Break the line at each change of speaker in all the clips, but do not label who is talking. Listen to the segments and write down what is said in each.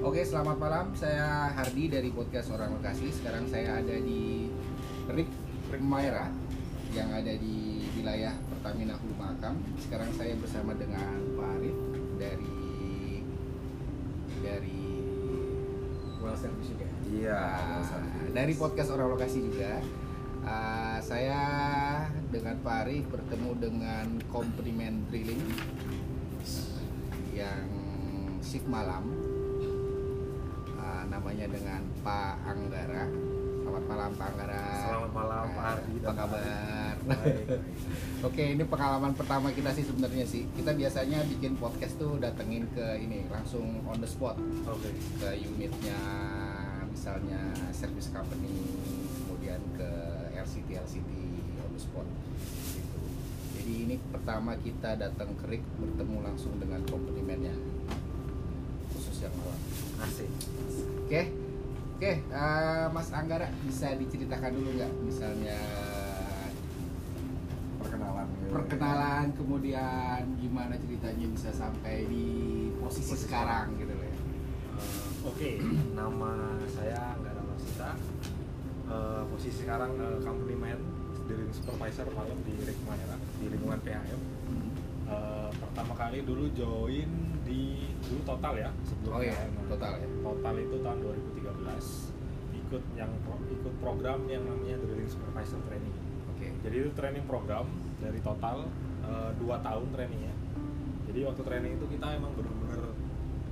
Oke, selamat malam. Saya Hardi dari podcast Orang Lokasi. Sekarang saya ada di Rik Maera yang ada di wilayah Pertamina Hulu Makam. Sekarang saya bersama dengan Pak Arif dari dari
Well service
ya?
juga.
Iya.
dari podcast Orang Lokasi juga. Ah, saya dengan Pak Arif bertemu dengan complimentary link yang shift malam Ah, namanya dengan Pak Anggara. Selamat malam Pak Anggara.
Selamat malam, Pak
Ah,
Ardi
Apa
dan Pak
kabar? Nah,
Baik.
Oke, ini pengalaman pertama kita sih sebenarnya sih. Kita biasanya bikin podcast tuh datengin ke ini langsung on the spot
Oke.
ke unitnya misalnya service company kemudian ke RCT LCT on the spot gitu. Jadi ini pertama kita datang ke RIK bertemu langsung dengan komplimennya khusus yang malam.
Asik.
Oke, oke, eh, Mas Anggara bisa diceritakan dulu nggak, misalnya
Perkenalan. gitu.
perkenalan, kemudian gimana ceritanya bisa sampai di posisi
Posisi
sekarang gitu loh ya.
Eh,
Oke.
nama saya Anggara Masita. Eh, posisi sekarang eh, company man, dealing supervisor malam di Rikmaera di lingkungan PHM. Eh, pertama kali dulu join di dulu total ya sebelum
Oh iya,
PHM.
total ya.
Total itu tahun 2013 ikut yang pro- ikut program yang namanya drilling supervisor training.
Oke,
Jadi itu training program dari total 2 tahun trainingnya. Jadi waktu training itu kita emang bener-bener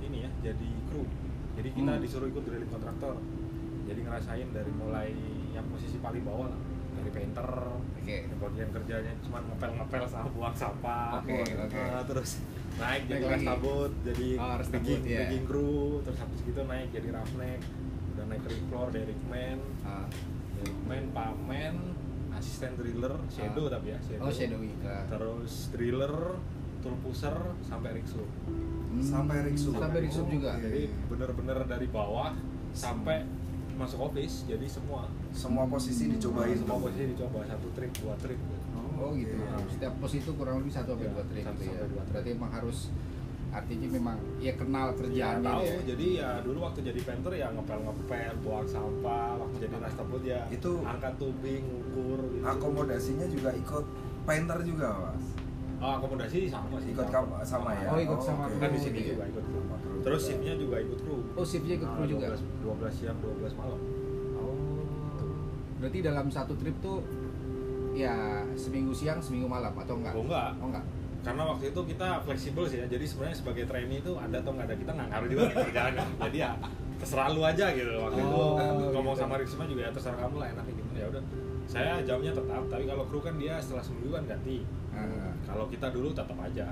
ini ya jadi kru. Jadi kita
Hmm.
disuruh ikut drilling kontraktor. Jadi ngerasain dari mulai yang posisi paling bawah lah dari painter,
oke,
yang bagian kerjanya cuma ngepel-ngepel sama buang sampah,
Oke, oke.
Nah, terus naik jadi
Naik lagi.
restabut, jadi
Oh, restabut,
rigging,
ya.
rigging crew, terus habis gitu naik jadi roughneck, udah naik ke rig floor, derrick man,
Ah,
Main pamen, asisten driller, shadow tapi ya,
Ah.
shadow.
oh shadowing. ah.
Terus driller, tool pusher sampai riksu.
Hmm.
Sampai Riksu.
sampai Riksu juga.
Oke.
Jadi bener-bener dari bawah sampai masuk office, jadi semua
Semua posisi dicobain.
semua posisi dicoba satu trik, dua trik.
Oh gitu.
Iya.
Setiap pos itu kurang lebih satu sampai
Iya,
dua trik
satu
gitu ya.
sampai dua trik.
Berarti emang harus artinya memang ya kenal
Ya
kerjaannya
tahu,
dia.
jadi ya dulu waktu jadi painter ya ngepel-ngepel, buang sampah, waktu jadi nastabut ya
Itu-
angkat tubing, ngukur gitu.
akomodasinya juga ikut painter juga mas
Oh, akomodasi sama sih.
ikut kam- sama ya
Oh, ikut sama.
oke.
Kan di sini
Iya.
juga ikut kru.
Kru
Terus
juga.
shiftnya juga ikut kru.
Oh shiftnya ikut kru juga.
12, 12 siang 12 malam
Oh. Berarti dalam satu trip tuh ya seminggu siang seminggu malam atau enggak?
oh enggak
Oh enggak.
karena waktu itu kita fleksibel sih ya jadi sebenarnya sebagai trainee itu ada atau nggak ada kita nggak ngaruh juga ke kerjaan ya. jadi ya terserah lu aja gitu waktu itu
Oh,
ngomong
gitu.
sama Risma juga ya terserah kamu lah enaknya gimana ya udah saya jamnya tetap tapi kalau kru kan dia setelah seminggu kan ganti
Ah. Oh.
kalau kita dulu tetap aja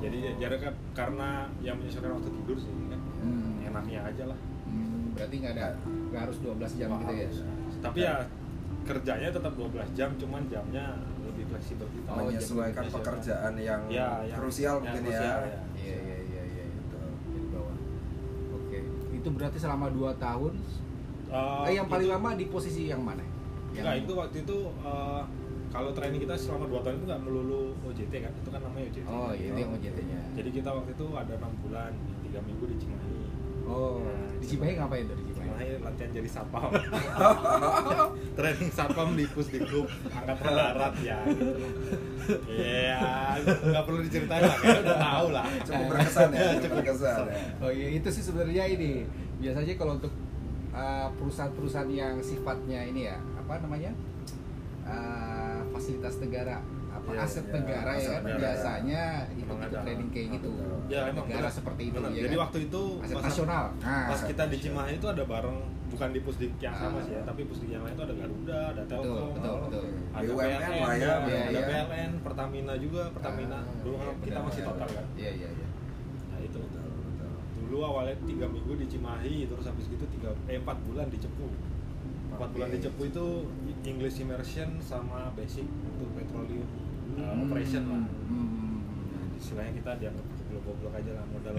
jadi ya, jaraknya karena yang menyesuaikan waktu tidur sih kan
Hmm.
enaknya aja lah
Hmm, berarti nggak ada nggak harus 12 jam
Nggak
gitu ya.
harus. tapi ya kerjanya tetap 12 jam cuman jamnya lebih fleksibel Iya,
Oh,
kita
jadi
menyesuaikan
Menyesuaikan.
pekerjaan yang
gitu. Ya, yang-
krusial
yang
mungkin
krusial,
ya,
ya.
Iya iya iya iya.
Gitu.
Di bawah. Oke. Itu berarti selama 2 tahun.
Eh,
eh, yang paling
itu-
lama di posisi yang mana? Yang
Enggak, itu waktu itu eh, kalau training kita selama 2 tahun itu nggak melulu OJT kan, itu kan namanya OJT.
Oh, iya, itu yang OJT-nya.
Jadi kita waktu itu ada 6 bulan, 3 minggu di Cimahi.
Oh,
Nah,
di Cimahi ngapain tuh di Cimahi?
Cimahi latihan jadi satpam. training satpam di pusdikbud angkatan darat ya gitu. Iya, nggak perlu diceritain lah, kayaknya udah tahu lah. Eh,
cukup berkesan ya cukup
Cukup
berkesan ya
Oh iya, itu sih sebenarnya ini. Biasanya kalau untuk uh, perusahaan-perusahaan yang sifatnya ini ya, apa namanya? Uh, fasilitas negara, apa
Iya,
aset
iya,
negara ya
aset
kan
negara.
biasanya itu
Emang
ikut
ada.
training kayak gitu.
Ya, emang
negara
benar.
seperti itu
Benar.
ya
Jadi
kan?
waktu itu
aset
pas-
nasional. Nah,
pas kita di
iya.
Cimahi itu ada bareng bukan di pusdik yang sama
Ah.
sih ya tapi pusdik yang lain itu ada Garuda ada
betul,
Telkom
betul, betul.
ada
BUMN
PLN
lah ya,
ada,
iya,
ada
iya.
PLN Pertamina juga Pertamina
Ah,
dulu
iya,
kan kita
benar,
masih
iya,
total kan
Iya, iya, iya.
nah itu dulu awalnya tiga minggu di Cimahi terus habis gitu tiga eh empat bulan di Cepu empat
Oke.
bulan di Cepu itu English immersion sama basic untuk petroleum uh, operation lah
Hmm.
istilahnya kita dianggap goblok-goblok aja lah modal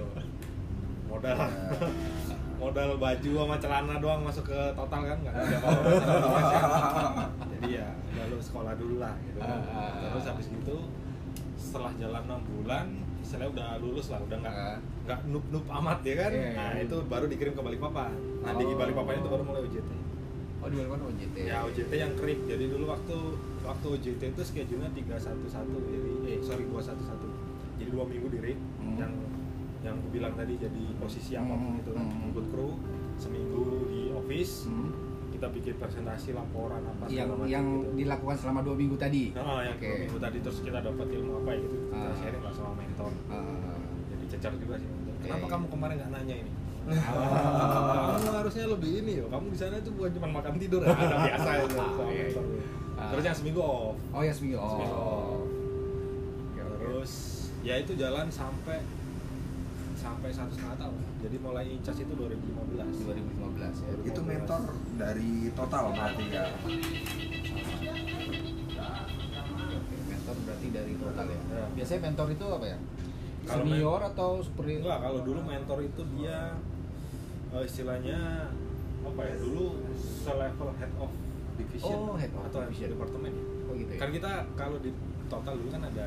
modal
Ya.
modal baju sama celana doang masuk ke total kan nggak ada apa-apa jadi ya udah lu sekolah dulu lah gitu
Ah, ah, ah.
terus habis gitu setelah jalan 6 bulan istilahnya udah lulus lah udah nggak
Ah.
nggak nup nup amat ya kan
Iya, iya.
nah itu baru dikirim ke Balikpapan nah di
Oh.
Balikpapan itu baru mulai UJT
Oh di mana OJT?
ya OJT yang krik jadi dulu waktu waktu OJT itu schedule-nya 311 jadi eh sorry 211 jadi dua minggu di rig
Hmm.
yang yang aku bilang tadi jadi posisi apapun
Hmm,
itu kan
hmm.
ikut kru seminggu di office
Hmm.
kita bikin presentasi laporan
Yang
apa segala macam
yang
gitu.
dilakukan selama dua minggu tadi.
Nah, yang
Oke.
dua minggu tadi terus kita dapat ilmu apa ya gitu kita
Ah.
sharing lah sama mentor
Ah,
jadi cecer juga sih kenapa
Oke.
kamu kemarin nggak nanya ini kamu harusnya lebih ini yo kamu di sana itu bukan cuma makan tidur ada biasa itu sama
Iya,
mentor.
Ah.
terus yang seminggu off
oh ya seminggu. Oh.
Seminggu.
Oke, oke.
terus ya itu jalan sampai sampai satu setengah tahun jadi mulai incas itu
2015
2015
ya.
Gitu.
itu mentor dari total berarti ya
Oke, mentor berarti dari total ya.
Ya.
Biasanya mentor itu apa ya?
Kalau men-
Senior atau super?
Enggak, kalau dulu mentor itu dia eh, istilahnya apa ya? Dulu selevel head of division
Oh, head of
atau head of
division.
departemen ya.
Oh gitu ya.
Kan kita kalau di total dulu kan ada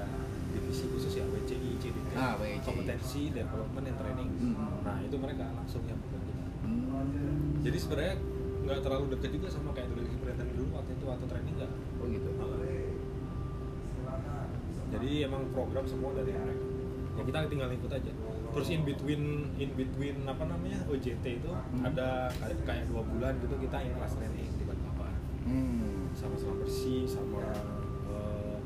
divisi khusus ya WCI, CDT,
Ah, WCI.
kompetensi, development, and training.
Hmm.
Nah itu mereka langsung yang bukan kita.
Hmm.
Jadi sebenarnya nggak terlalu dekat juga sama kayak dulu di Brandon dulu waktu itu waktu training nggak.
Oh gitu.
Jadi emang program semua dari arek. Ya kita tinggal ikut aja. Terus in between in between apa namanya OJT itu
Hmm.
ada kayak kayak dua bulan gitu kita in class training di Balikpapan.
Hmm.
Sama sama bersih sama eh,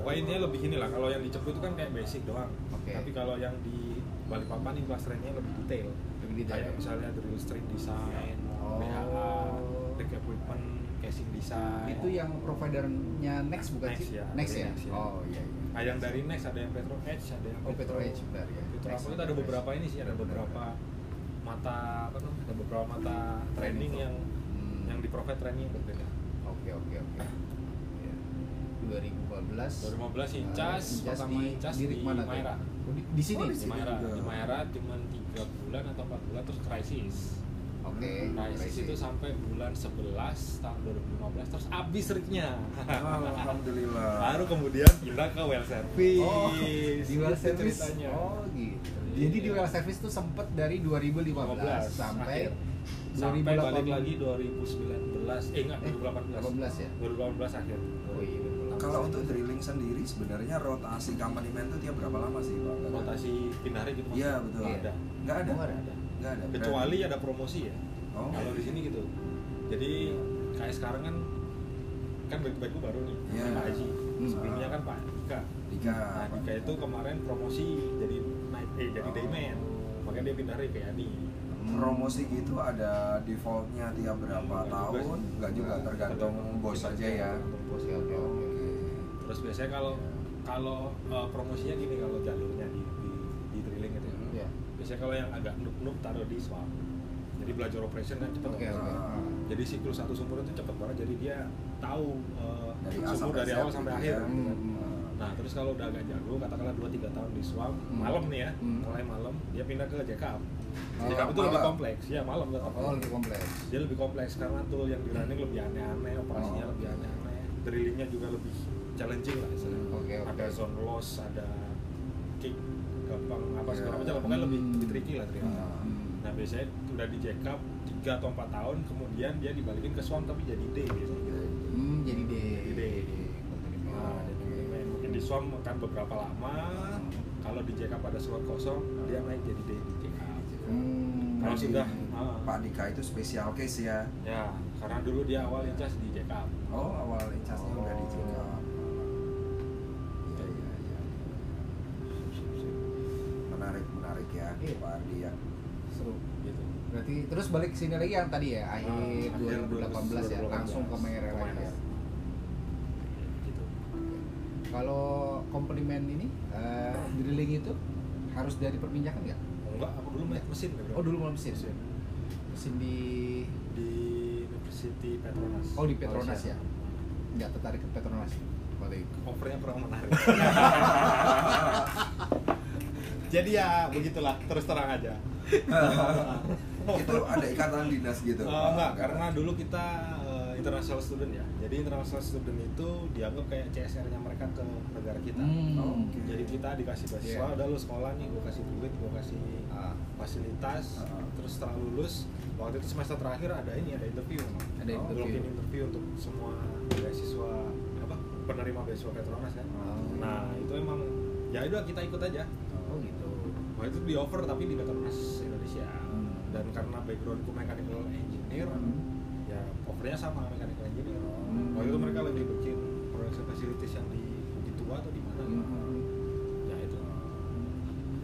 pokoknya intinya lebih inilah kalau yang di Cepu itu kan kayak basic doang.
Oke.
Tapi kalau yang di Balikpapan in class trainingnya lebih detail.
Lebih detail.
Kayak misalnya drill string design,
Oh.
BHA, rig equipment, casing design.
Itu ya. yang providernya Next bukan
Next,
sih?
ya.
Next ya.
Next, ya.
Oh iya. iya.
Nah, yang dari Next ada yang Petro Edge, ada yang
Oh Petro Edge benar ya.
Petro
Next
apa itu ada
Petro
beberapa
Edge.
ini sih, ada
Benar, benar.
beberapa mata apa namanya? Ada beberapa mata
Training
training yang
Hmm.
yang di profit training yang berbeda.
Oke oke oke.
Iya.
Ya. 2015. Ah,
2015 Incas, pertama
di,
Incas
di,
di,
mana tuh?
Maera.
Oh, di, di sini.
Oh,
Di Maera,
juga.
di Maera cuma 3 bulan atau 4 bulan terus krisis.
Oke.
Krisis itu sampai bulan 11 tahun 2015 terus abis rignya.
alhamdulillah
Baru kemudian pindah ke well service.
Oh, di well
Gitu
service.
ceritanya.
Oh, gitu. Jadi di
Iya.
well service tuh sempet dari 2015 sampai
akhir. sampai
2018.
balik lagi 2019 eh enggak
Eh,
2018
18 ya?
2018 akhir
Oh, iya, 2018.
Nah, kalau untuk drilling sendiri sebenarnya rotasi company man itu tiap berapa lama sih Pak?
rotasi pindah hari gitu
Iya
maksudnya?
betul.
Nggak ada
Nggak ada.
Oh, nggak ada.
Nggak ada.
kecuali ada promosi ya
Oh.
kalau di sini gitu jadi kayak sekarang kan kan baik-baik gua baru nih
Iya. Ah,
Pak Haji
Hmm.
sebelumnya kan Pak Dika
Tiga.
nah Dika itu kemarin promosi jadi naik eh
Oh.
jadi dayman makanya dia pindah hari ke Yani
promosi gitu ada defaultnya tiap berapa
Nggak juga
tahun?
sih.
Nggak juga tergantung bos
kita
aja ya.
tergantung bos
Oke,
ya.
oke, oke.
Terus biasanya kalau kalau uh, promosinya gini kalau jalurnya di di, di drilling gitu ya.
Hmm.
Iya.
Biasanya kalau yang agak nuk-nuk taruh di swap. Jadi belajar operation kan
Oh,
cepet
Oke,
banget.
iya.
oke.
Ah,
Jadi siklus satu sumur itu cepet banget. Jadi dia tahu uh,
Dari A
sumur
sampai
dari
Z
awal
gitu
sampai
ya.
akhir. gitu kan.
Hmm.
Nah terus kalau udah agak jago katakanlah 2-3 tahun di swap
Hmm.
malam nih ya,
Hmm.
mulai malam dia pindah ke JKM.
Oh,
JKM itu lebih
malam.
kompleks, ya malam tetap.
Oh, lebih kompleks.
Dia lebih kompleks karena tool yang di running lebih aneh-aneh, operasinya
Oh.
lebih aneh-aneh, drillingnya juga lebih challenging lah misalnya.
Oke, oke.
Ada zone loss, ada kick gampang apa
Iya.
segala macam, lah. pokoknya lebih,
Hmm.
lebih tricky lah drilling.
Ah.
Nah biasanya udah di jack up 3 atau 4 tahun, kemudian dia dibalikin ke swamp tapi jadi D biasanya. gitu.
Hmm, jadi D.
Jadi D. Nah, jadi main. mungkin di swamp akan beberapa lama, kalau di jack up ada slot kosong, dia naik jadi D di jack up.
Hmm.
Kalau
Jadi,
sudah, ah.
Pak Dika itu spesial case ya.
Ya, karena dulu dia awal incas di jack up.
Oh, awal incasnya udah di JK. Iya, iya, iya. Menarik, menarik ya,
Iya.
Pak Ardi ya.
Seru.
Gitu.
Berarti terus balik ke sini lagi yang tadi ya, akhir
Ah, Akhir
2018 ya,
2018.
langsung ke Merah
Ke
lagi ya.
Merah. gitu.
Kalau komplimen ini eh, drilling itu harus dari perminjakan nggak?
Oh, Enggak, aku dulu main mesin ya, bro.
Oh dulu malam mesin. Mesin di
di University Petronas.
oh di Petronas ya. Nggak tertarik ke Petronas waktu itu.
Overnya kurang menarik. Jadi ya begitulah terus terang aja.
itu ada ikatan dinas gitu.
Eh,
Pak?
gitu.
enggak, karena dulu kita eh, international student ya. Jadi international student itu dianggap kayak CSR-nya mereka ke negara kita.
Hmm.
Oh, oke.
Jadi kita dikasih beasiswa,
Iya.
udah lu sekolah nih, gue kasih duit, gue kasih
Ah.
fasilitas,
Ah.
Uh-huh.
terus setelah lulus, waktu itu semester terakhir ada ini, ada interview memang.
Ada
Oh,
interview.
Blocking interview untuk semua beasiswa, apa, penerima beasiswa Petronas kan.
Oh.
Nah, itu emang, ya udah kita ikut aja.
Oh gitu.
Wah itu di offer tapi di Petronas Indonesia
Hmm.
dan karena backgroundku mechanical engineer
Hmm.
ya offernya sama mechanical engineer
Hmm.
waktu itu mereka lagi bikin production facilities yang di di tua atau di mana gitu.
Hmm.
ya itu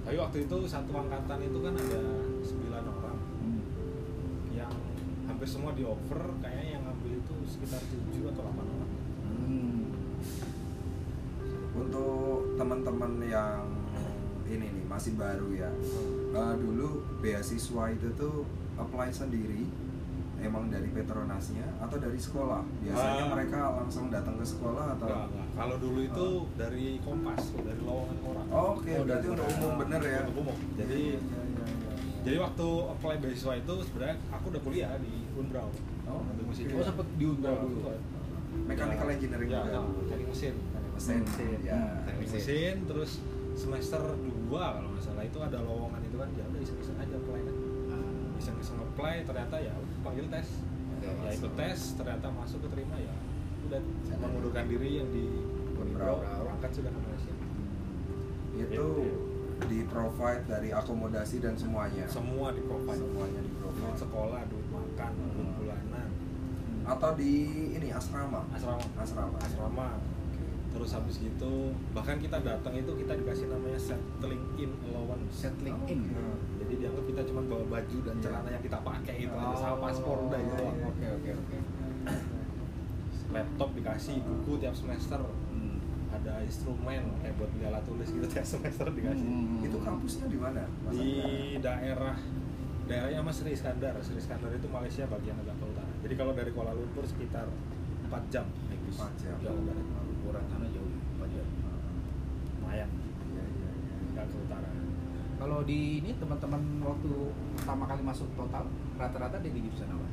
tapi waktu itu satu angkatan itu kan ada 9 orang yang hampir semua di offer kayaknya yang ngambil itu sekitar 7 atau 8 orang
Untuk teman-teman yang ini nih masih baru ya, eh, dulu beasiswa itu tuh apply sendiri, emang dari Petronasnya atau dari sekolah? Biasanya
Ah.
mereka langsung datang ke sekolah atau?
Enggak, enggak. kalau dulu itu
Oh.
dari kompas dari lowongan orang
Oh, Oke,
Oh,
berarti
dari
udah umum bener ya.
Untuk umum jadi
Iya, iya, iya, iya.
Jadi waktu apply beasiswa itu sebenarnya aku udah kuliah di Unbrau. Iya.
Oh,
Untuk mesin.
Oh, sempet di Unbrau dulu.
Mechanical engineering
ya,
juga.
sama, teknik mesin.
mesin,
Hmm.
ya.
Teknik
Mesin.
mesin, terus semester 2 kalau nggak salah itu ada lowongan itu kan ya udah iseng-iseng aja apply kan. Iseng-iseng apply ternyata ya udah panggil tes.
Oke,
Ya
masuk.
ikut tes, ternyata masuk keterima ya. Udah
Jalan.
mengundurkan diri yang di
Unbrau.
Unbrau, berangkat sudah ke Malaysia.
Itu di provide dari akomodasi dan semuanya.
Semua di provide.
Ya. Semuanya di provide.
Duit sekolah, duit makan, duit
Hmm.
bulanan,
Ah.
Atau di ini asrama.
asrama.
Asrama.
Asrama. terus habis gitu bahkan kita datang itu kita dikasih namanya settling in allowance
Settling
Oh,
in.
oke.
jadi dianggap kita cuma bawa baju dan
Iya. Oh.
celana yang kita pakai itu aja sama paspor udah gitu
iya,
doang.
iya.
Oke oke oke.
laptop dikasih buku tiap semester
Hmm.
ada instrumen kayak buat beli alat tulis gitu tiap semester dikasih
Hmm.
Iya Itu kampusnya di mana? Mas
di
Angga?
daerah daerahnya Mas Sri Iskandar Sri Iskandar itu Malaysia bagian agak ke utara jadi kalau dari Kuala Lumpur sekitar 4 jam naik bis.
Empat jam.
Jalan darat.
Ukuran sana jauh Pak Jan.
lumayan
Iya, iya, iya.
agak ke utara
Kalau di ini teman-teman waktu pertama kali masuk total rata-rata dari jurusan apa?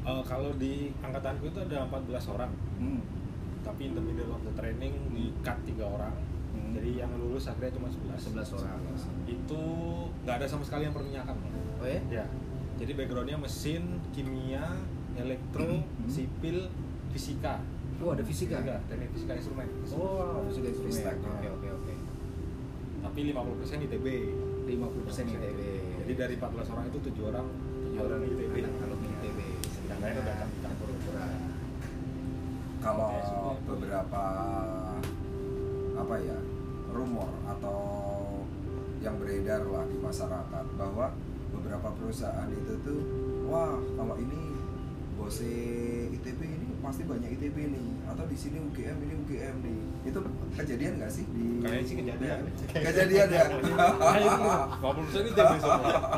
Eh, kalau di angkatanku itu ada 14 orang
Hmm.
tapi in the middle of the training di cut tiga orang
Hmm.
jadi yang lulus akhirnya cuma 11
11 orang.
itu nggak ada sama sekali yang perminyakan
Oh ya?
ya jadi backgroundnya mesin kimia elektro
Hmm.
sipil fisika
Oh ada fisika.
Fisika, teknik fisika instrumen
Oh, fisika
Fistek,
instrumen.
ya.
Oke oke oke.
tapi 50% ITB
50% ITB.
jadi dari 14 orang itu tujuh orang Iya. tujuh orang ITB
kalau ITB.
yang lain udah campur ukuran
Kalau
Oke, semua.
beberapa apa ya rumor atau yang beredar lah di masyarakat bahwa beberapa perusahaan itu tuh wah kalau ini bose ITB ini pasti banyak ITB nih atau di sini UGM ini UGM nih itu kejadian nggak sih di
kayaknya sih kejadian
kejadian ya
Nah, itu 50% ITB semua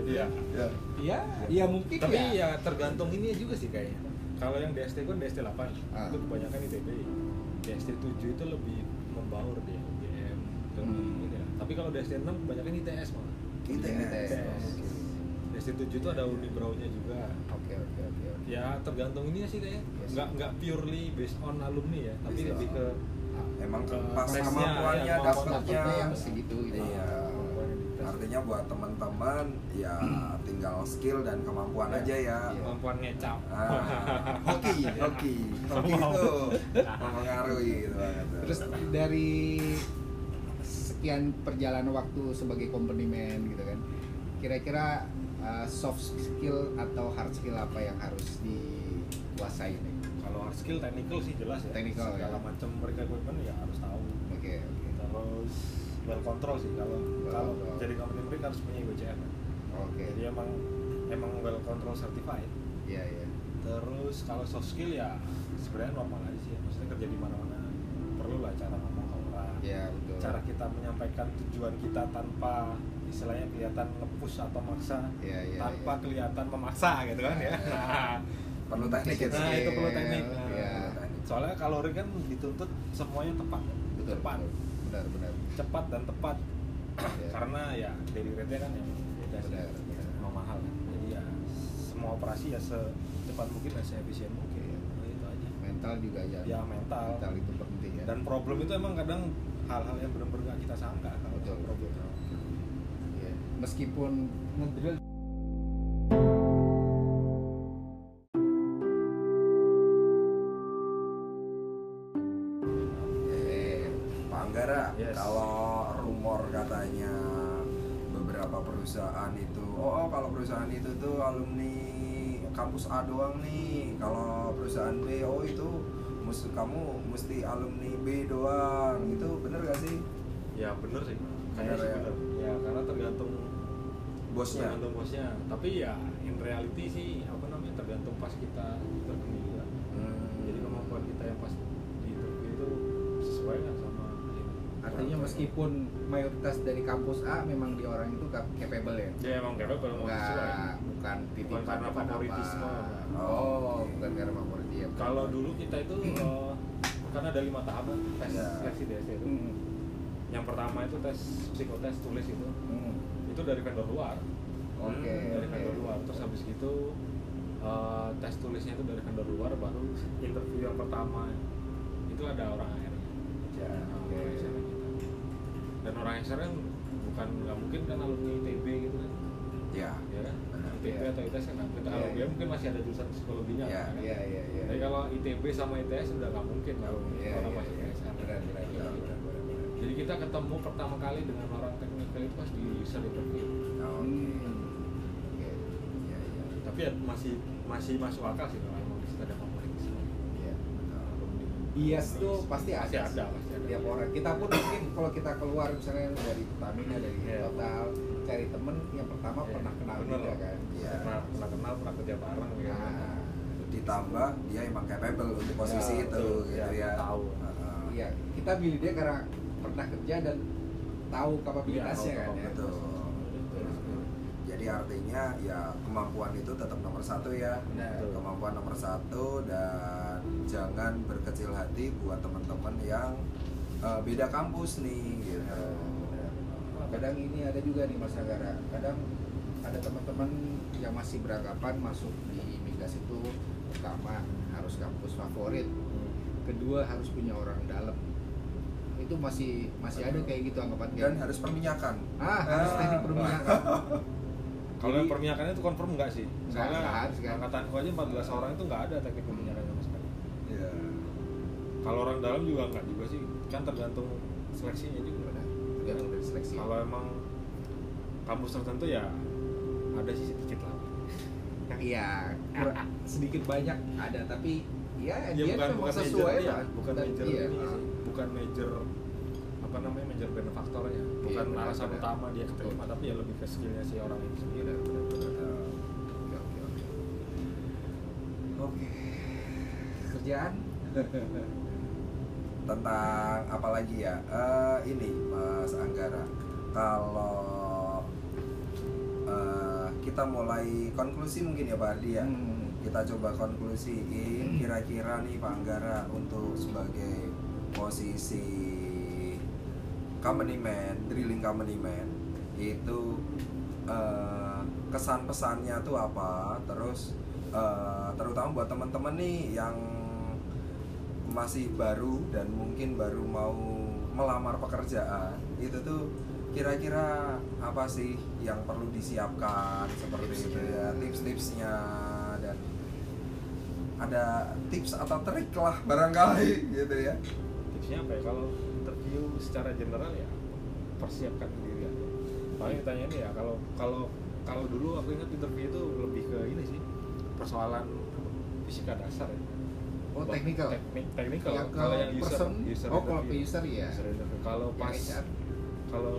jadi ya
ya
Iya, iya mungkin
Tapi
ya.
ya tergantung ini juga sih kayaknya. Kalau yang DST kan DST 8,
Ah.
itu kebanyakan ITB. DST 7 itu lebih membaur deh UGM. itu
Hmm.
lebih ini ya. Tapi kalau DST 6 kebanyakan ITS malah.
ITS
ITS. DST 7 itu ada unibraunya juga.
Oke oke oke oke.
Ya tergantung ini sih kayaknya.
Yes.
Nggak nggak purely based on alumni ya, tapi
Based
lebih
on-
ke
emang ke
ke
pas
tesnya,
kemampuannya
Eh, ya, kemampuan
dapatnya
dapetnya yang segitu gitu.
iya
kemampuan yang dites.
artinya buat teman-teman ya tinggal skill dan kemampuan
Ya.
aja ya
Iya.
kemampuan ngecap.
Ah, hoki hoki hoki itu mempengaruhi gitu kan. Iya, itu banget
Terus dari sekian perjalanan waktu sebagai kompenimen gitu kan, kira-kira uh, soft skill atau hard skill apa yang harus dikuasai nih?
Kalau hard skill technical sih jelas ya.
Technical, ya.
segala macam mereka equipment ya harus tahu.
Oke oke.
terus well control sih kalau
Well
kalau
control.
jadi company break harus punya IBCM ya.
Oke.
jadi emang emang well control certified
Iya iya.
terus kalau soft skill ya sebenarnya normal aja sih ya. maksudnya kerja di mana mana perlu lah cara ngomong ke orang
Iya betul.
cara kita menyampaikan tujuan kita tanpa istilahnya kelihatan ngepush atau maksa
Iya iya.
tanpa
iya.
kelihatan memaksa gitu kan ya
Ya.
nah,
perlu teknik ya
nah itu perlu
Skill,
teknik Nah,
ya.
soalnya kalau Rick kan dituntut semuanya tepat
Betul.
cepat
betul. Benar benar.
cepat dan tepat
Iya.
karena ya daily rate-nya kan yang beda sih
Benar, benar.
Emang mahal kan jadi ya sem- semua operasi ya secepat mungkin dan seefisien mungkin ya. Nah, itu aja.
mental juga ya
Ya, mental.
mental itu penting ya
Dan problem itu emang kadang hal-hal yang benar-benar nggak kita sangka kalau
Betul.
problem.
Iya. meskipun ngedrill eh,
Pak Anggara,
Yes.
kalau rumor katanya beberapa perusahaan itu, oh, oh, kalau perusahaan itu tuh alumni kampus A doang nih, kalau perusahaan B, oh itu mus- kamu mesti alumni B doang, itu bener gak sih
Ya bener sih.
Bener
Kayaknya sih
ya.
bener. Ya karena tergantung
bosnya?
tergantung bosnya tapi ya in reality sih apa namanya tergantung pas kita interview juga
Hmm.
jadi kemampuan kita yang pas di interview itu sesuai nggak sama ini?
artinya meskipun mayoritas dari kampus A memang dia orang itu cap- capable ya
ya emang kayaknya kalau mau sesuai
Enggak, bukan titipan
karena
apa-apa.
favoritisme.
Oh, bukan karena favoritisme. ya, bukan.
kalau dulu kita itu eh, kan ada lima tahapan tes
Ya.
seleksi DSD itu
Hmm.
yang pertama itu tes psikotes tulis itu
Hmm.
itu dari vendor luar
Oke.
Hmm, dari
oke.
vendor luar terus habis gitu eh, tes tulisnya itu dari vendor luar baru interview yang pertama itu ada orang akhirnya
Ya,
oke.
dan orang yang kan bukan nggak mungkin kan alumni ITB gitu kan
ya,
ya kan
benar.
ITB
Iya.
atau ITS kan nggak mungkin
Iya,
alumni
iya.
mungkin masih ada jurusan psikologinya
Iya,
kan?
Iya, iya, iya.
tapi kalau ITB sama ITS udah nggak mungkin kalau
Iya,
orang
iya,
masuk
iya.
ITS kan?
Benar, benar, benar, benar, benar, benar.
jadi kita ketemu pertama kali dengan orang technical itu pas di user interview
Oh,
Oke.
ya, ya,
tapi ya masih masih masuk akal sih kalau emang kita ada konflik di sini.
Iya.
betul.
Bias tuh Iya pasti ada.
Pasti ada, pasti ada.
Tiap orang. ya. Kita pun mungkin kalau kita keluar misalnya dari Pertamina dari
Iya.
total cari temen yang pertama
Iya,
pernah kenal
bener.
juga kan.
Iya.
pernah pernah kenal pernah kerja bareng ya kan?
Nah,
ditambah dia emang capable untuk posisi
Ya,
itu,
betul.
gitu
Ya,
ya.
tahu.
Heeh.
iya, kita pilih dia karena pernah kerja dan tahu kapabilitasnya
Iya,
kan
tahu
ya.
Betul. Jadi artinya ya kemampuan itu tetap nomor satu ya.
Benar.
Kemampuan nomor satu dan jangan berkecil hati buat teman-teman yang eh, beda kampus nih gitu.
Ya, kadang ini ada juga nih mas Agara kadang ada teman-teman yang masih beranggapan masuk di migas itu pertama harus kampus favorit kedua harus punya orang dalam itu masih masih ada kayak gitu anggapan kayak
Dan harus perminyakan.
ah harus
Ah.
teknik perminyakan
Kalau yang
Jadi-
perminyakannya itu confirm nggak sih?
Nggak,
Soalnya
nggak harus, kan?
angkatanku aja 14 orang itu nggak ada teknik perminyakan sama sekali.
Ya.
Kalau orang dalam juga nggak juga sih, kan tergantung seleksinya juga.
Benar, tergantung dari seleksi
Kalau emang kampus tertentu ya ada sih sedikit lah.
iya kur- sedikit banyak ada tapi ya,
Ya,
dia memang sesuai
major, ya,
lah
bukan
Dan
major
iya,
ini sih, bukan major apa namanya major benefaktornya, bukan
Iya, benar,
alasan
benar.
utama dia keterima, tapi ya lebih ke skillnya si orang itu sendiri.
Benar, benar, benar.
Eh,
Oke, oke, oke.
Oke.
kerjaan
Tentang apa lagi ya? Eh, ini Mas Anggara. Kalau eh, kita mulai konklusi mungkin ya Pak Ardi ya.
Hmm.
kita coba konklusiin kira-kira nih Pak Anggara untuk sebagai posisi company man, drilling company man itu eh, kesan pesannya tuh apa? Terus eh, terutama buat teman-teman nih yang masih baru dan mungkin baru mau melamar pekerjaan itu tuh kira-kira apa sih yang perlu disiapkan seperti itu ya tips-tipsnya dan ada tips atau trik lah barangkali gitu ya
tipsnya apa ya kalau interview secara general ya persiapkan diri aja paling ditanya ini ya kalau kalau kalau dulu aku ingat interview itu lebih ke ini sih persoalan fisika dasar ya
Oh, technical?
teknik teknikal
Yang ke
kalau yang user
person?
user
Oh, kalau ke user ya.
User interview. kalau
Yang
pas
HR.
kalau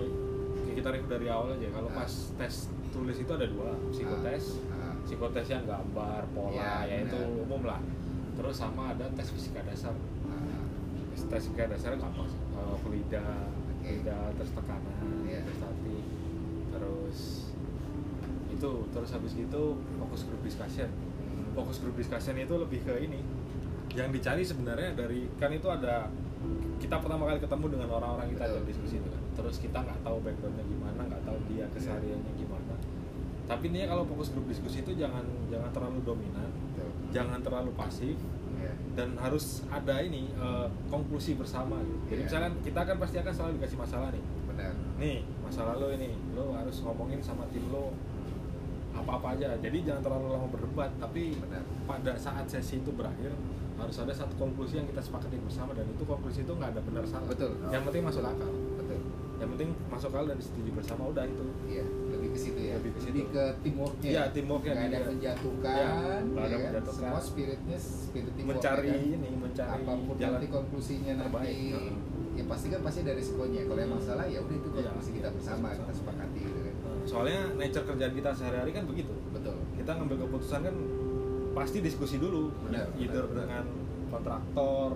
ya kita review dari awal aja kalau
Ah.
pas tes tulis itu ada dua psikotes
Ah, ah.
psikotes yang gambar pola
Ya,
ya, itu
benar.
umum lah terus sama ada tes fisika dasar
Ah,
tes fisika dasar gampang sih kalau fluida fluida terus tekanan
Iya.
terus statik terus itu terus habis gitu fokus group discussion fokus group discussion itu lebih ke ini yang dicari sebenarnya dari kan itu ada kita pertama kali ketemu dengan orang-orang kita
Betul. Iya.
dalam diskusi itu kan terus kita nggak tahu backgroundnya gimana nggak tahu dia kesehariannya gimana tapi intinya kalau fokus grup diskusi itu jangan jangan terlalu dominan
Betul.
jangan terlalu pasif
Ya.
dan harus ada ini eh, konklusi bersama gitu. jadi
Iya.
misalkan kita kan pasti akan selalu dikasih masalah nih
benar
nih masalah lo ini lo harus ngomongin sama tim lo apa-apa aja jadi jangan terlalu lama berdebat tapi
Benar.
pada saat sesi itu berakhir harus ada satu konklusi yang kita sepakati bersama dan itu konklusi itu nggak ada benar salah
Betul.
yang penting masuk akal
betul
yang penting masuk akal dan disetujui bersama udah itu
Iya, lebih ke situ ya.
Lebih ke situ.
teamworknya.
Iya, teamworknya
Nggak ada
dia.
menjatuhkan.
Iya, nggak ada
ya kan?
menjatuhkan.
Semua spiritnya spirit teamwork.
mencari
ya kan?
ini mencari
apapun
jalan
nanti konklusinya nanti
terbaik. Heeh.
ya pasti kan pasti ada risikonya. Kalau yang
Hmm.
masalah ya udah itu
Iya,
konklusi kita
iya,
bersama,
bersama.
kita sepakati gitu kan.
soalnya nature kerjaan kita sehari-hari kan begitu
Betul.
kita ngambil keputusan kan pasti diskusi dulu
Benar, benar,
either
benar.
dengan kontraktor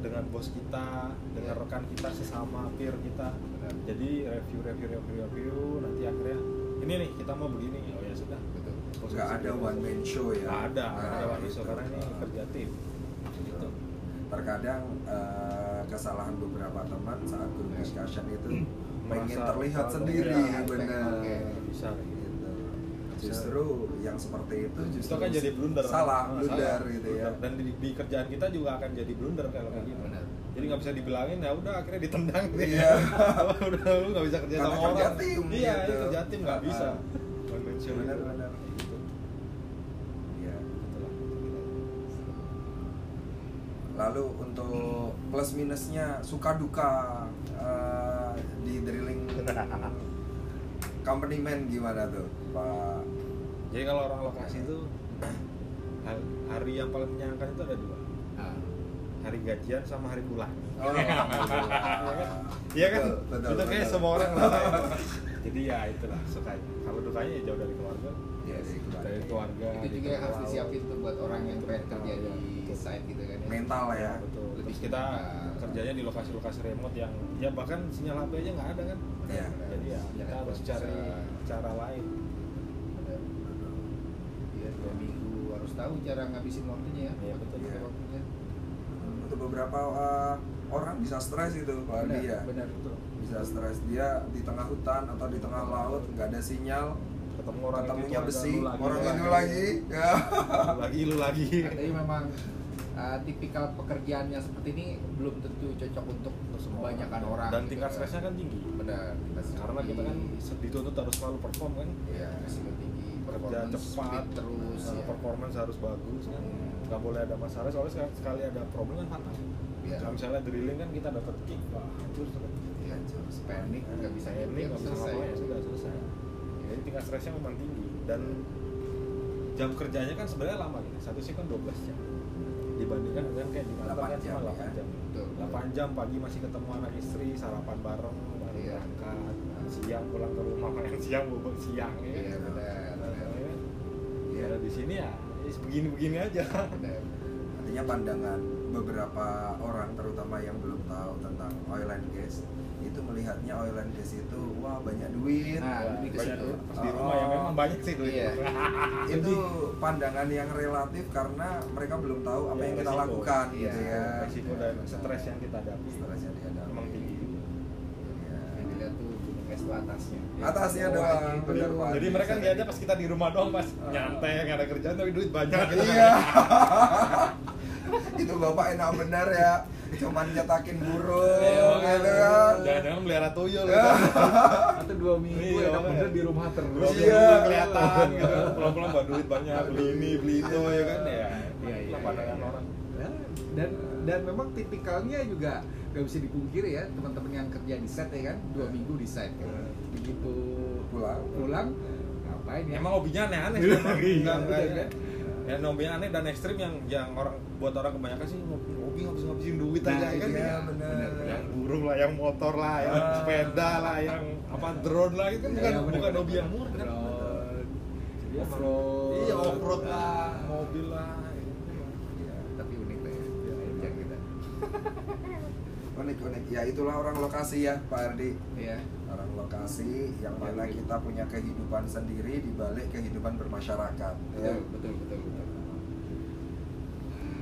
dengan bos kita dengan
Iya.
rekan kita sesama peer kita
Benar.
jadi review review review review nanti akhirnya ini nih kita mau begini oh ya sudah
Betul.
Posisi
nggak ada
kita-
one man show ya
gitu. nggak ada nggak
Nah,
ada one man show
itu.
karena ini
Nah,
kerja tim
gitu.
gitu
terkadang eh, kesalahan beberapa teman saat group discussion itu
Hmm.
pengen
Merasa-
terlihat ya,
Iya,
sendiri
pengen-
benar
oke.
bisa gitu.
Gitu. justru yang seperti itu
itu
justru
kan jadi blunder
salah
Nah,
blunder
salah.
gitu ya Nah.
dan di, di kerjaan kita juga akan jadi blunder kalau kayak gitu
Benar.
jadi nggak bisa dibilangin ya udah akhirnya ditendang gitu
Iya.
udah lu nggak bisa kerja
Karena
sama
kerja
orang
tim,
iya
gitu.
ini kerja tim nggak
Ah,
bisa
ah.
One man show
Benar,
gitu.
benar.
Gitu.
Iya.
Itulah.
lalu untuk plus minusnya suka duka eh, di drilling company man gimana tuh pak
jadi kalau orang lokasi itu hal- hari yang paling menyenangkan itu ada dua
Ah,
hari gajian sama hari pulang
Oh, alhamdulillah.
Iya kan?
Betul, betul,
itu kayak
betul.
semua orang lah. Jadi ya itulah sukanya. Kalau dukanya ya jauh dari keluarga.
Iya, dari keluarga.
Dari keluarga.
itu juga
dari
yang harus
laut.
disiapin tuh buat orang yang pengen kerja di
iya, Betul.
site gitu kan. ya.
mental
Ya,
ya
betul.
Lebih
Terus kita
kita-
kerjanya di lokasi-lokasi remote yang ya bahkan sinyal HP aja nggak ada kan.
Iya.
Jadi ya kita harus cari cara lain.
Benar. Iya, dua minggu harus tahu cara ngabisin waktunya ya.
Iya, betul.
Pakai waktunya.
untuk beberapa eh, orang bisa stres gitu Pak Ardi
iya.
ya
benar betul.
bisa stres dia di tengah hutan atau di tengah laut nggak ada sinyal
Ketemu orang
ketemunya besi
Iya,
orang
lagi.
ini lagi ya
Lu lagi lu lagi.
Tapi memang uh, tipikal pekerjaan yang seperti ini belum tentu cocok untuk kebanyakan orang.
Dan
gitu
tingkat
kan.
stresnya kan tinggi.
benar. tingkat stres
Karena kita kan
tinggi.
dituntut harus selalu perform kan.
ya risiko tinggi,
kerja
performance
cepat
speed terus Iya.
eh,
ya.
performance harus bagus kan nggak boleh ada masalah soalnya sekali, sekali ada problem kan fatal
Iya.
Kalau misalnya drilling kan kita dapat kick wah hancur sudah
Iya, terus panik nggak bisa
saya ini
nyetir,
nggak bisa
selesai.
ngapain ya sudah selesai jadi tingkat stresnya memang tinggi dan jam kerjanya kan sebenarnya lama gitu satu shift kan 12 jam dibandingkan dengan kayak di kantor
8
kan
jam,
cuma 8
ya.
jam
Betul.
8 jam pagi masih ketemu anak istri sarapan bareng baru
Iya.
berangkat siang pulang ke rumah makan siang bubuk siang ya
Iya, benar, benar.
Ya di sini ya is begini-begini aja.
Benar.
artinya pandangan beberapa orang terutama yang belum tahu tentang oil and gas itu melihatnya oil and gas itu wah banyak duit
Nah,
Wah,
lebih ke
banyak
situ.
duit. Pas di rumah ya
Oh.
memang banyak sih duit.
Iya.
itu pandangan yang relatif karena mereka belum tahu apa
Ya,
yang kita
resiko.
lakukan gitu
Iya,
ya
Resiko dan stres yang kita hadapi
stres yang dihadapi.
memang tinggi.
Iya.
Yang dilihat tuh gunung es tuh atasnya. Iya.
Atasnya doang, benar, Pak.
Jadi mereka lihatnya pas kita di rumah doang pas
gitu.
nyantai nggak ada kerjaan tapi duit banyak gitu.
iya itu bapak enak bener ya cuman nyetakin burung
Iya,
gitu kan
Iya, Jangan-jangan melihara tuyul gitu.
Atau dua minggu
Iya,
enak
makanya.
bener di rumah terus.
Terus
Iya.
iya. kelihatan gitu. Pulang-pulang bawa duit banyak beli ini beli itu ya kan ya.
Iya, iya,
Pandangan
iya.
orang.
Ya, dan dan memang tipikalnya juga nggak bisa dipungkiri ya teman-teman yang kerja di set ya kan dua minggu di set kan begitu
Pulang.
pulang ngapain ya
Emang hobinya aneh-aneh sih.
Iya,
emang.
iya,
Enggak,
bener,
enggak. Ya, hobinya aneh dan ekstrim yang yang orang buat orang kebanyakan sih ngopi ngopi ngabis ngabisin duit
Nah,
aja ya
iya
kan.
iya.
bener
Yang burung lah, yang motor lah, yang
Ah.
sepeda lah, yang apa drone lah itu kan
Iya,
bukan
bener,
bukan
bener.
hobi yang murah kan.
Drone,
Jadi emang-
off-road. Ah,
Iya off-road lah, mobil lah.
Iya.
Tapi unik lah ya.
Iya, iya.
Yang kita.
unik unik ya itulah orang lokasi ya Pak Ardi
Iya.
orang lokasi yang mana kita punya kehidupan sendiri di balik kehidupan bermasyarakat ya.
Betul, betul, betul, betul.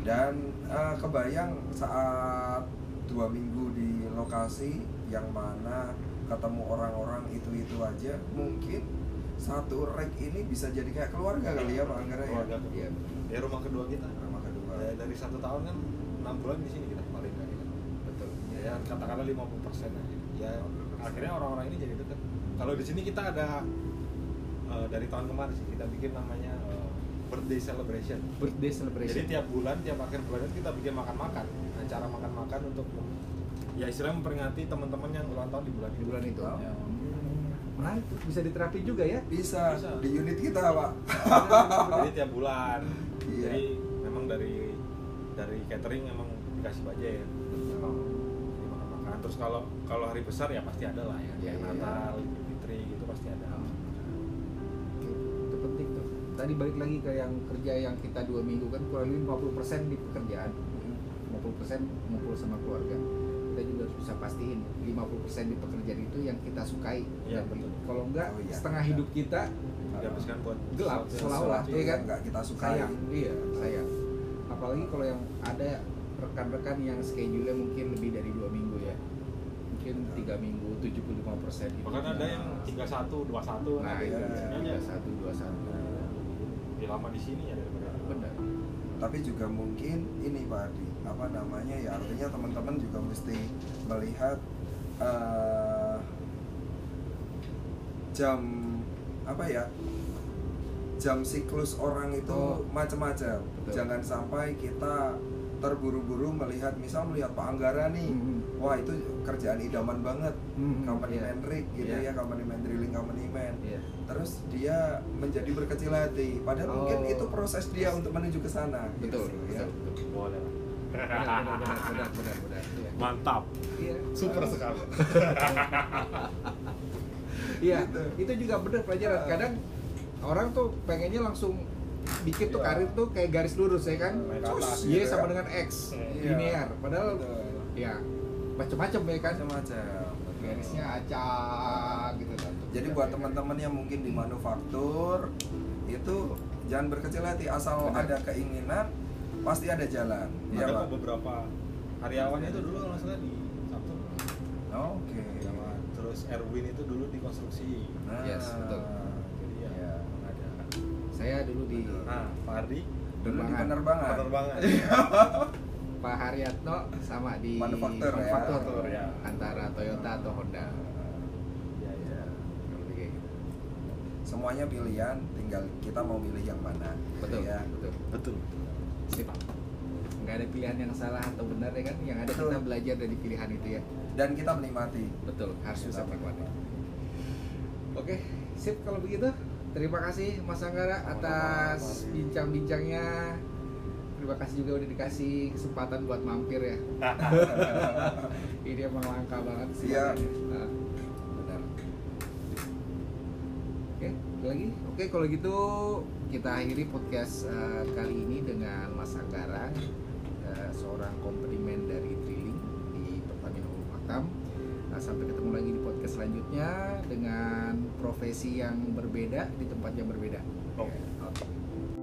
dan eh, kebayang saat dua minggu di lokasi yang mana ketemu orang-orang itu itu aja mungkin satu rek ini bisa jadi kayak keluarga kali ya Pak Anggara ya.
Keluarga.
Iya. betul.
ya rumah kedua kita
Rumah kedua.
Ya, dari satu tahun kan enam bulan di sini kita paling nggak ya.
betul
ya katakanlah 50 persen aja ya akhirnya orang-orang ini jadi dekat kalau di sini kita ada eh, dari tahun kemarin sih kita bikin namanya eh, birthday celebration
birthday
jadi
celebration
tiap bulan tiap akhir bulan itu kita bikin makan-makan acara makan-makan untuk ya istilahnya memperingati teman-teman yang ulang tahun di bulan
di
itu
bulan itu
Iya.
Ya.
Menarik tuh, bisa diterapi juga ya.
Bisa,
Bisa.
di unit kita Pak.
jadi tiap bulan
Iya.
jadi memang dari dari catering emang dikasih budget Kalau ini makan-makan terus kalau kalau hari besar ya pasti ada lah ya
Iya,
kayak
iya.
Natal Idul Fitri gitu pasti ada
Oke, itu penting tuh. Tadi balik lagi ke yang kerja yang kita dua minggu kan kurang lebih 50% di pekerjaan, 50% ngumpul sama keluarga. Kita juga harus bisa pastiin 50% di pekerjaan itu yang kita sukai.
Iya,
Dan
betul.
Kalau enggak
Oh, iya.
setengah hidup kita
dihabiskan buat
Gelap,
sesuatu-
seolah-olah,
sesuatu
Iya
iya
kan
kan?
enggak kita sukai.
sayang. Iya, sayang. Apalagi kalau yang ada rekan-rekan yang schedule-nya mungkin lebih dari dua minggu ya mungkin tiga minggu 75 persen
Iya. bahkan ada yang 31, 21
nah
ada
itu
yang
iya.
di sini aja.
tiga satu dua satu
lebih lama di sini ya daripada
benar
tapi juga mungkin ini Pak Adi apa namanya ya artinya teman-teman juga mesti melihat eh, jam apa ya jam siklus orang itu
Oh.
macam-macam
Betul.
jangan sampai kita terburu-buru melihat misal melihat Pak Anggara nih
Mhm.
wah itu kerjaan idaman banget
Mhm,
company
iya.
man rig gitu
Iya.
ya company man drilling company man
Iya.
terus dia menjadi berkecil hati padahal mungkin
Oh.
itu proses dia untuk menuju ke sana
betul
gitu,
iya.
ya.
betul betul.
boleh lah.
benar benar benar benar benar Iya.
mantap
Iya.
super sekali
Iya,
Gitu.
itu juga bener pelajaran. Kadang orang tuh pengennya langsung dikit tuh
Iya.
karir tuh kayak garis lurus ya kan.
Main
Cus,
atas,
Y
gitu
sama
kan.
dengan X
Iya.
linear. Padahal
Betul.
ya macam-macam ya kan.
macam-macam betul.
Garisnya acak gitu kan.
jadi buat teman-teman yang mungkin di manufaktur itu jangan berkecil hati asal ada keinginan pasti ada jalan Iya,
ada
Pak?
kok beberapa karyawan itu dulu kalau nggak salah di Sabtu
oke
sama terus Erwin itu dulu di konstruksi
nah
Yes, betul.
jadi ya
Iya.
memang ada
saya dulu di
Betul.
nah Fahri
dulu di
Penerbangan.
penerbangan
penerbangan
Pak Haryatno sama di
Manufaktur, ya.
manufaktur.
Ya.
antara Toyota atau Honda
Nah.
Iya, iya.
Kurang lebih kayak gitu.
semuanya pilihan tinggal kita mau pilih yang mana gitu
betul
ya
betul
betul
sip nggak ada pilihan yang salah atau benar ya kan yang ada
Betul.
kita belajar dari pilihan itu ya
dan kita menikmati
betul harus bisa menikmati
Oke, sip kalau begitu. Terima kasih Mas Anggara
Sama-sama, Mas
atas
Ardi.
bincang-bincangnya. Terima kasih juga udah dikasih kesempatan buat mampir ya. Ini emang langka banget sih.
Iya.
makanya. Nah.
benar
Oke, ada lagi.
Oke, kalau gitu kita akhiri podcast eh, kali ini dengan Mas Anggara, eh, seorang komplimen dari Drilling di Pertamina Hulu Pakam. Nah, sampai ketemu lagi di podcast selanjutnya dengan profesi yang berbeda di tempat yang berbeda.
oke
Oke.